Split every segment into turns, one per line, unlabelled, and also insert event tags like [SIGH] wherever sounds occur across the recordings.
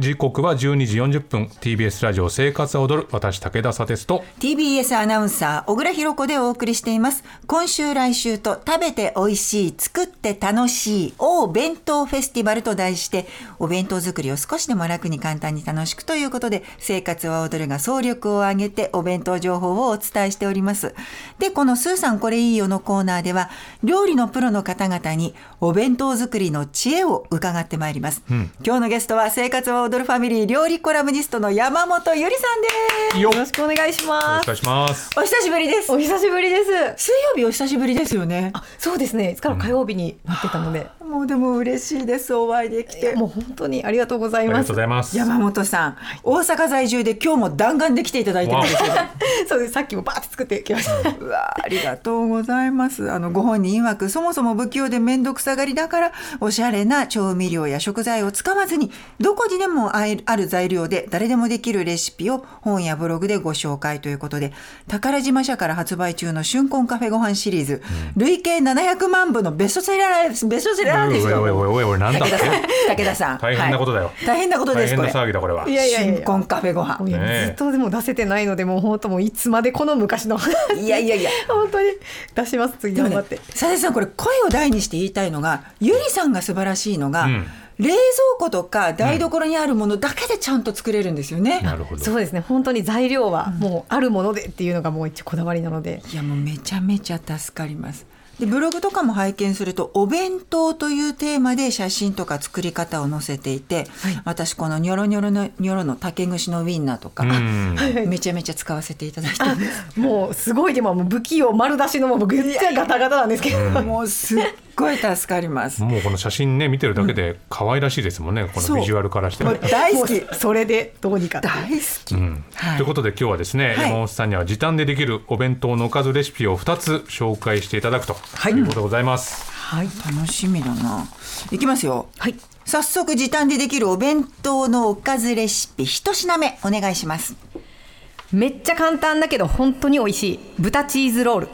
時刻は12時40分 TBS ラジオ生活は踊る私武田砂鉄と
TBS アナウンサー小倉弘子でお送りしています今週来週と食べて美味しい作って楽しいお弁当フェスティバルと題してお弁当作りを少しでも楽に簡単に楽しくということで生活は踊るが総力を挙げてお弁当情報をお伝えしておりますでこのスーさんこれいいよのコーナーでは料理のプロの方々にお弁当作りの知恵を伺ってまいります、今日のゲストは生活は踊るファミリー料理コラムニストの山本ゆりさんです
よ
よろしくお願いし
お
ます
願い。します
お久しぶりです
お久しぶりです。
水曜日お久しぶりですよね
あ、そうですね。いつから火曜日になってたので、
もうでも嬉しいですお会いでき
いやもう本当にありがとうござい
ありが
ま
とう
す
ご。ざいます
山本さん、大阪在住で今日も弾丸で来ていただいてるんですけど
そうです。さっきもバーって作ってきました。
うわありがとうございますあのご本人曰くそもそも不器用で面倒くさがりだからおしゃれな調味料や食材を使わずにどこにでもあえるある材料で誰でもできるレシピを本やブログでご紹介ということで宝島社から発売中の春婚カフェご飯シリーズ、累計700万部のベストセラーですベストセラ
お
ーで
い
す
おいおいおい
よ
おいおいなんだっ
武
て
田さん武田さん
大変なことだよ、
大変なことで
大
す
変な
これ
騒ぎだこれは
や
新婚カフェご飯
もういや
ねえ
ずっとでも出せてないので、もう本当もういつまでこの昔の。
いやいやいや
本当に出します。次
でも
頑張
ね
って。
佐々木さんこれ声を大にして言いたいのがゆりさんが素晴らしいのが、
うん
冷蔵庫とか台所にあるものだけでちゃんと作れるんですよね、
なるほど
そうですね。本当に材料はもうあるものでっていうのがもう一こだわりなので。
いやもうめちゃめちゃ助かりますでブログとかも拝見するとお弁当というテーマで写真とか作り方を載せていて、私このニョロニョロのニョロの竹串のウインナーとか、
うん
めちゃめちゃ使わせていただいて
[LAUGHS]
ます
もうすごいでももう不器用丸出しのもうぐっちゃガタガタなんですけど。
もうすっごい助かります
もうこの写真ね見てるだけで可愛らしいですもんね、こ
そう
のビジュアルからしても
もう大好
も
き
うそれでどうにか。
大好き、
うん
はい
ということで今日はですね、
い
山本さんには時短でできるお弁当のおかずレシピを2つ紹介していただくと
はい
いうことでございます、
はい。
楽しみだな。いきますよ。
はい。
早速時短でできるお弁当のおかずレシピ一品目お願いします。
めっちゃ簡単だけど本当に美味しい豚チーズロール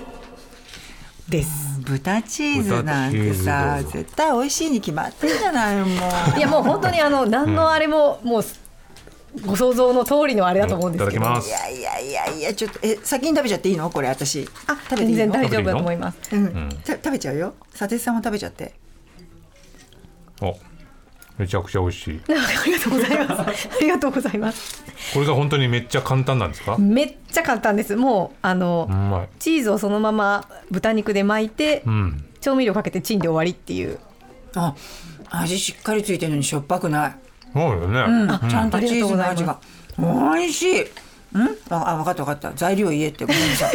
です。
豚チーズなんてさ
豚チーズどうぞ
絶対美味しいに決まってるじゃないも [LAUGHS] う。
いやもう本当にあの何のあれももうご想像の通りのあれだと思うんですけど。
いただきます
いやいやいやいやちょっとえ先に食べちゃっていいのこれ私。
あ
食べてい
全
い
然
の？
大丈夫だと思います。
うん、た食べちゃうよ。佐哲さんも食べちゃって。
おめちゃくちゃ美味しい
ありがとうございます。ありがとうございます。
これが本当にめっちゃ簡単なんですか、う
めっちゃ簡単です。もうあの、
まい
チーズをそのまま豚肉で巻いて、
うん
調味料かけてチンで終わりっていう。
あ味しっかりついてるのにしょっぱくない。
そうよね、
うん、ちゃんと
あ
チ
り
ーズ
がとうご
の
ざいます
味が。美味しい。うん、あ、あ分かった分かった。材料言えってごめんなさい。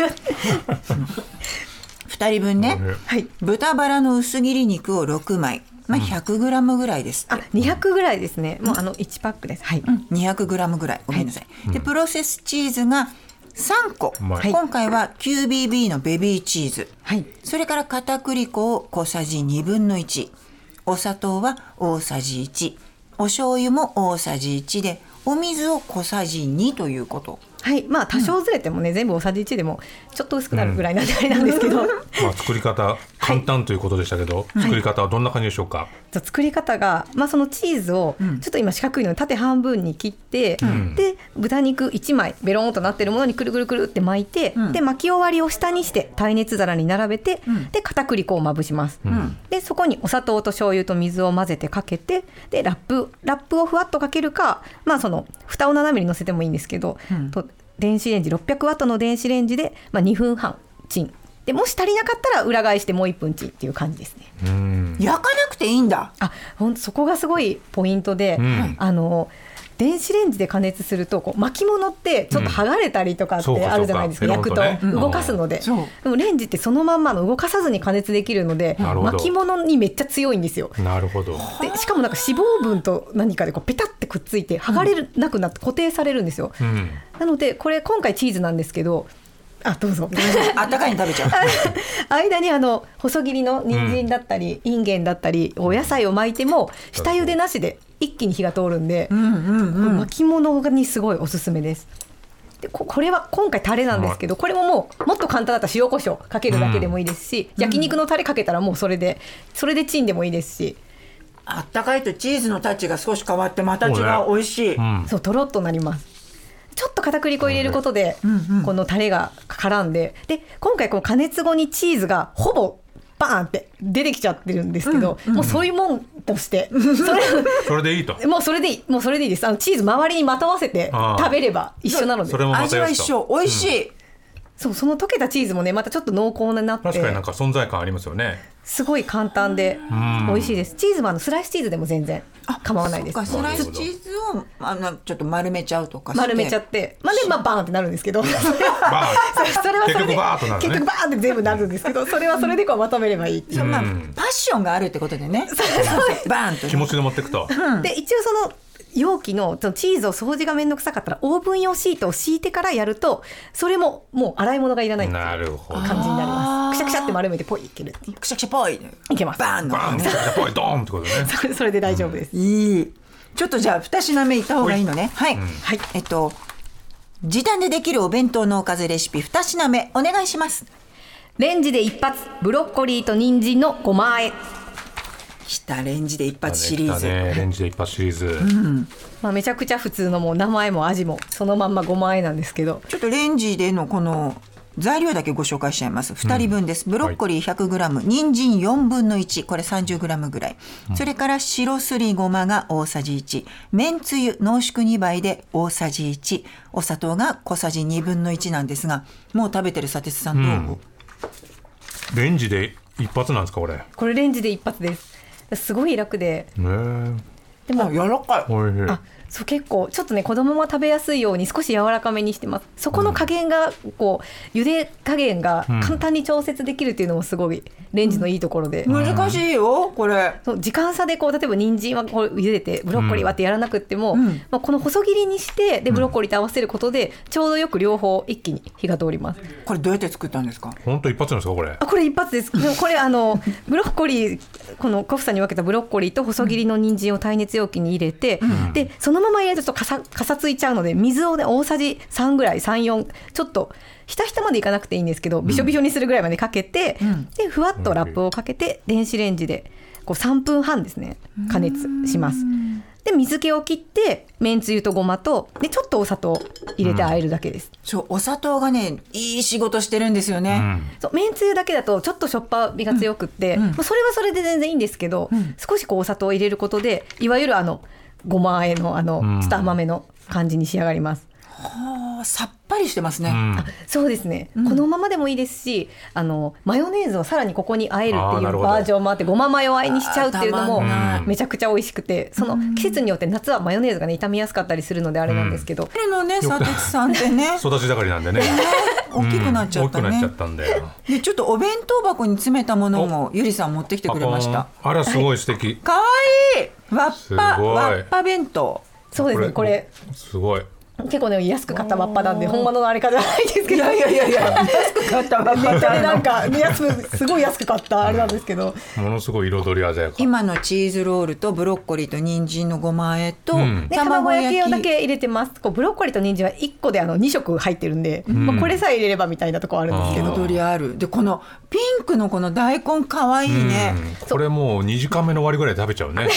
二人分ね。
はい。
豚バラの薄切り肉を六枚、まあ百グラムぐらいですって。
あ200ぐらいですね。もうあの1パックです。はい。
200グラムぐらいごめんなさい、でプロセスチーズが3個、
うまい
今回は QBB のベビーチーズ、
はい。
それから片栗粉を小さじ1分の1お砂糖は大さじ1お醤油も大さじ1でお水を小さじ2ということ
はい。まあ多少ずれてもね、全部大さじ1でもちょっと薄くなるぐらいなんであれなんですけど。
まあ、作り方簡単ということでしたけど、作り方はどんな感じでしょうか、
じゃあ作り方が、まあ、そのチーズをちょっと今四角いので縦半分に切って、で豚肉1枚ベローンとなってるものにくるくるくるって巻いて、
うん
で巻き終わりを下にして耐熱皿に並べて、で片栗粉をまぶします、
ん
でそこにお砂糖と醤油と水を混ぜてかけてでラップラップをふわっとかけるか、まあ、その蓋を斜めに乗せてもいいんですけど、と電子レンジ600ワットの電子レンジで、まあ、2分半チンでもし足りなかったら裏返してもう1分チンっていう感じですね。
うん
焼かなくていいんだ
あほんとそこがすごいポイントで、
うん
あの電子レンジで加熱するとこう巻物ってちょっと剥がれたりとかっ
うんそう
て
か
あるじゃないですか、
そう
焼
かペ
くと
ロンとねうん
動かすので、
そう
でもレンジってそのまんまの動かさずに加熱できるので
なるほど
巻物にめっちゃ強いんですよ。
なるほど
でしかもなんか脂肪分と何かでこうペタってくっついて剥がれるなくなって固定されるんですよ。
うん
なのでこれ今回チーズなんですけどあどうぞ。
あったかいの食べちゃう
[LAUGHS] 間にあの細切りの人参だったり、インゲンだったりお野菜を巻いても下茹でなしで一気に火が通るんで、
うんうんうん
巻き物にすごいおすすめですでここれは今回タレなんですけどこれももうもっと簡単だったら塩コショウかけるだけでもいいですし、焼肉のタレかけたらもうそれでそれでチンでもいいですし
あったかいとチーズのタッチが少し変わってまた違う美味しい、
うん
そうとろっとなりますちょっと片栗粉を入れることで、このタレが絡んでで今回この加熱後にチーズがほぼバーンって出てきちゃってるんですけど、もうそういうもんとして、そ
それでいいと
れもう [LAUGHS] それでいいもうそれでいいですあのチーズ周りにまとわせて
あー
食べれば一緒なので
それもま
味
たよ
は
し
一
と
緒美味しい、
そうその溶けたチーズもねまたちょっと濃厚になって
確かになんか存在感ありますよね
すごい簡単で
ん
美味しいですチーズもあのスライスチーズでも全然構わないです
そうかスライスチーズをあのちょっと丸めちゃうとかして
丸めちゃってまあでまあバーンってなるんです
[LAUGHS]
けどそれ
バ
[LAUGHS]
ーン
それはそれ
結局
で
バーンとなるね
結局バーンって全部なるんですけどそれはそれでこうまとめればいいっていう
そうまあ
うん
パッションがあるってことでねバーンとね
気持ちで持ってくと
で一応その容器のそのチーズを掃除が面倒くさかったらオーブン用シートを敷いてからやるとそれももう洗い物がいらないっていう
なるほど
感じになり
あー
ますくしゃくしゃって丸めてポイいけるっていう
くしゃくしゃぽい
いけます
バーンの
バーンじゃあこれドーンってことね
それそれで大丈夫です、
いいちょっとじゃあ2品目いった方がいいのねはい、
はい
えっと時短でできるお弁当のおかずレシピ2品目お願いします
レンジで一発ブロッコリーと人参のごま和え
きたレンジで一発シリーズ、
できたねレンジで一発シリーズ、
まあ、めちゃくちゃ普通のもう名前も味もそのまんまごま和えなんですけど
ちょっとレンジでのこの材料だけご紹介しちゃいます。2人分です。ブロッコリー 100g、人参4分の1、これ 30g ぐらい。それから白すりごまが大さじ1、めんつゆ濃縮2倍で大さじ1、お砂糖が小さじ1分の1なんですが、もう食べてる砂鉄さんどう、
レンジで一発なんですかこれね
これレンジで一発ですすごい楽で
え
でも
あ柔らかい。
おいしい
あそう結構ちょっとね子供も食べやすいように少し柔らかめにしてますそこの加減がこう茹で加減が簡単に調節できるっていうのもすごいレンジのいいところで、
難しいよ、これ。
そう時間差でこう例えば人参はこう茹でてブロッコリーはってやらなくっても、
ん
まあ、この細切りにしてでブロッコリーと合わせることでちょうどよく両方一気に火が通ります
これどうやって作ったんですか
本当一発なんですかこれ
あこれ一発
[LAUGHS]
です。でもこれあのブロッコリーこの小房に分けたブロッコリーと細切りの人参を耐熱容器に入れて、でそのまま入れるとちょっとかさかさついちゃうので水をね大さじ3ぐらい34ちょっとひたひたまでいかなくていいんですけどびしょびしょにするぐらいまでかけて、でふわっとラップをかけて電子レンジでこう3分半ですね加熱します。で水気を切ってめんつゆとごまとでちょっとお砂糖入れて和えるだけです。
そう、お砂糖がね、いい仕事してるんですよね。
そうめんつゆだけだとちょっとしょっぱみが強くって、まあそれはそれで全然いいんですけど、少しこうお砂糖を入れることでいわゆるあのごま和えのあの
ん
ちょっと甘めの感じに仕上がります。
あさっぱりしてますね。
うん
あそうですね、このままでもいいですしあのマヨネーズをさらにここに和えるって
あー
い
な
う
るほど
バージョンもあってごまマヨ和えにしちゃうっていうの
あー
も
たまん
ない
めちゃくちゃ美味しくてその季節によって夏はマヨネーズがね傷みやすかったりするのであれなんですけど、
彼のね、砂鉄さんっ
[LAUGHS]
てね、
育ち盛りなんでね
[LAUGHS] 大きくなっちゃった
うん大きくなっ
ね
ちゃ。ったん
[LAUGHS]
だよ
でちょっとお弁当箱に詰めたものもゆりさん持ってきてくれました
ああらすごい素敵
かわいいわっ
す
ぱ
ごい
わっぱ弁当
そうですねこれ
すごい
結構ね安く買ったマッパなんで本物のあれかじゃないですけどいやいやいやいや [LAUGHS]
買ったわ
ネットでなんか安くすごい安く買ったあれなんですけど
ものすごい彩り鮮やか
今のチーズロールとブロッコリーと人参のごま和えと、
ん
で卵焼きをだけ入れてますこうブロッコリーと人参は1個であの2色入ってるんで、まあ、これさえ入れればみたいなとこあるんですけど
踊りあるでこのピンクのこの大根かわいいね、
うんこれもう2時間目の終わりぐらいで食べちゃうね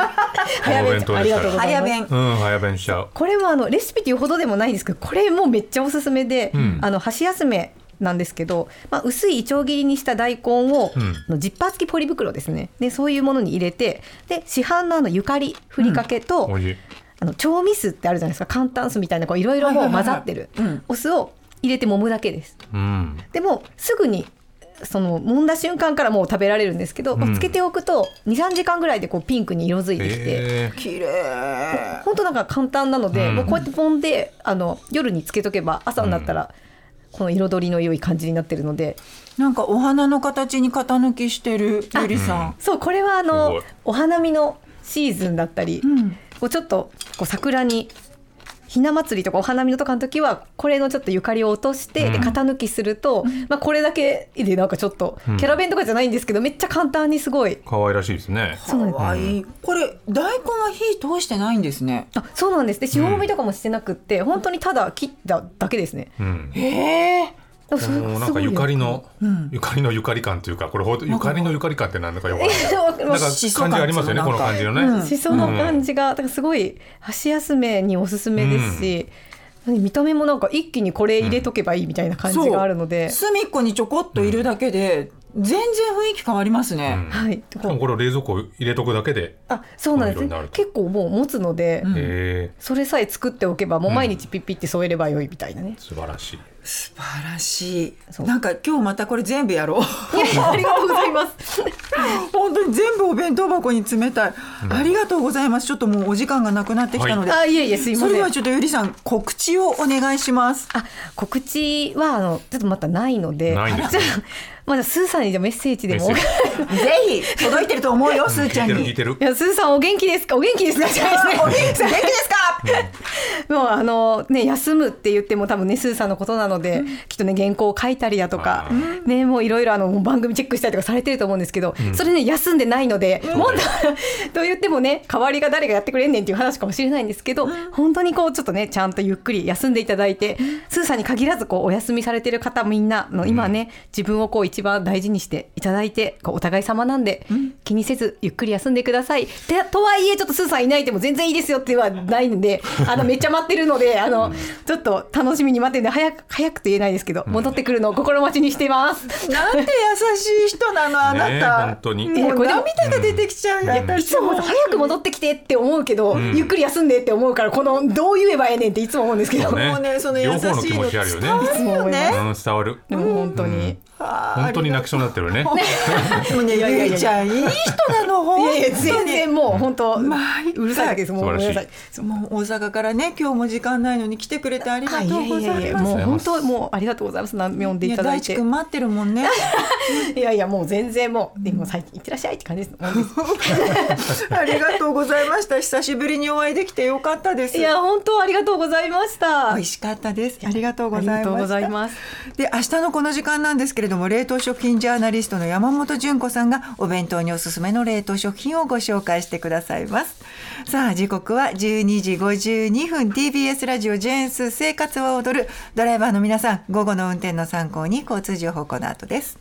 [LAUGHS] 早
お
め
弁
に
当
あ
で
り
し
が
た
とうご
ら
ざい
早
ます
弁
うん早弁しちゃう
これもあのレシピっていうほどでもないんですけどこれもうめっちゃおすすめで、
ん
あの箸休めなんですけど、まあ、薄いいちょう切りにした大根を、
ん
あのジッパー付きポリ袋ですねでそういうものに入れてで市販のあのゆかりふりかけと、
おいしい
あの調味酢ってあるじゃないですか簡単酢みたいなこういろいろもう混ざってる
はいはいはいはいうん
お酢を入れて揉むだけです
うん
でもすぐにその揉んだ瞬間からもう食べられるんですけど、まあ
うん
つけておくと23時間ぐらいでこうピンクに色づいてきて。
え
綺麗
ほんとなんか簡単なので、
うん
もうこうやって揉んであの夜につけとけば朝になったら、この彩りの良い感じになってるので
なんかお花の形に型抜きしてるゆりさん、
そうこれはあ
すご
の
い
お花見のシーズンだったり、こうちょっとこう桜にひな祭りとかお花見のとかの時はこれのちょっとゆかりを落として、で
うん
型抜きすると、まあ、これだけでなんかちょっと
うん
キャラ弁とかじゃないんですけど、めっちゃ簡単にすごい
可愛らしいですね
かわいい、これ大根は火通してないんですね
あそうなんですで塩もみとかもしてなくって、本当にただ切っただけですね
うん
へえ
あそれ
もうな
す
んか
ごい
ゆかりの、
うん
ゆかりのゆかり感というかこれほんとゆかりのゆかり感って何だかよくわかんないけど
[LAUGHS] わかり
な
ま
んか
す
感じありますよね
思
こ
想
の
感
感
っ
じ
ていう
の
か
ね、
うん
しその感じが、だからすごい箸休めにおすすめですし、何見た目もなんか一気にこれ入れとけばいいみたいな感じがあるので、
隅っこにちょこっといるだけで、全然雰囲気変わります
う
ね
ん、
はい
多分これを冷蔵庫入れとくだけで、
あそうなんで
こういう色
す
になる
ね
と
結構もう持つので、
うん
え
それさえ作っておけばもう毎日ピッピって添えればよいみたいなね
ー、、素晴らしい
素晴らしい
そう
なんか今日またこれ全部やろう
いやいやありがとうございます
本当に全部お弁当箱に詰めたい、ありがとうございますちょっともうお時間がなくなってきたので、
あいえいえすい
そ
ま
れ
せ
で
ん
はちょっとゆりさん告知をお願いします
あ告知はあのちょっとまたないので
ないんですね
[LAUGHS] じゃあまだスーさんにじゃあメッセージでも
メッセー
ぜひ届いてると思うよすーちゃんに
聞いてる聞い
[LAUGHS] い
てる
やスーさんお元気ですかお元気ですかじゃないですね
お [LAUGHS] 元気ですか、
[LAUGHS] もうあのね休むって言っても多分ねスーさんのことなので、きっとね原稿を書いたりだとか、
あ
ねもういろいろあのもう番組チェックしたりとかされてると思うんですけど、それね休んでないので、もっ [LAUGHS] とと言ってもね代わりが誰がやってくれんねんっていう話かもしれないんですけど、本当にこうちょっとねちゃんとゆっくり休んでいただいて、スーさんに限らずこうお休みされてる方みんなの今ね、自分をこう一番大事にしていただいてこうお互い様なんで、気にせずゆっくり休んでください。てとはいえちょっとスーさんいないでも全然いいですよってはないん [LAUGHS] であのめっちゃ待ってるのであの、ちょっと楽しみに待ってるんで早く早くと言えないですけど戻ってくるのを心待ちにしています。
なんて優しい人なのあな
ねえ
た、
本当に
もう
これでも
涙が出てきちゃう、
ん
いつも早く戻ってきてって思うけど、ゆっくり休んでって思うからこのどう言えばええねんっていつも思うんですけど、
そうね
もうねその優
両
しい
方の気持ちあるよね
伝わるよね
うん伝わる
でも本当に、
本当に泣きそうになってるね
もうね
いやいやいや
ゆりちゃんいい人なの
い
本
やいや
当
全
に
然もう本当、
毎回
うるさいだけですもうごめんなさい。
もう大阪からね今日も時間ないのに来てくれてありがとうございます
もう本当もうありがとうございます。なん読んで
い
い
や
ただ
大
いて。
地君
い
待ってるもんね
や [LAUGHS] いやもう全然もうでも最近いってらっしゃいって感じ [LAUGHS] です。
ありがとうございました久しぶりにお会いできてよかったです
いや本当ありがとうございました。
美味しかったですありがとう
あ
ご
り
ざ
が
い
とう
ま
ご
した
ざいます。
で明日のこの時間なんですけれども冷凍食品ジャーナリストの山本純子さんがお弁当におすすめの冷凍食品をご紹介してくださいますさあ時刻は12時52分 TBS ラジオジェーンス生活は踊るドライバーの皆さん午後の運転の参考に交通情報この後です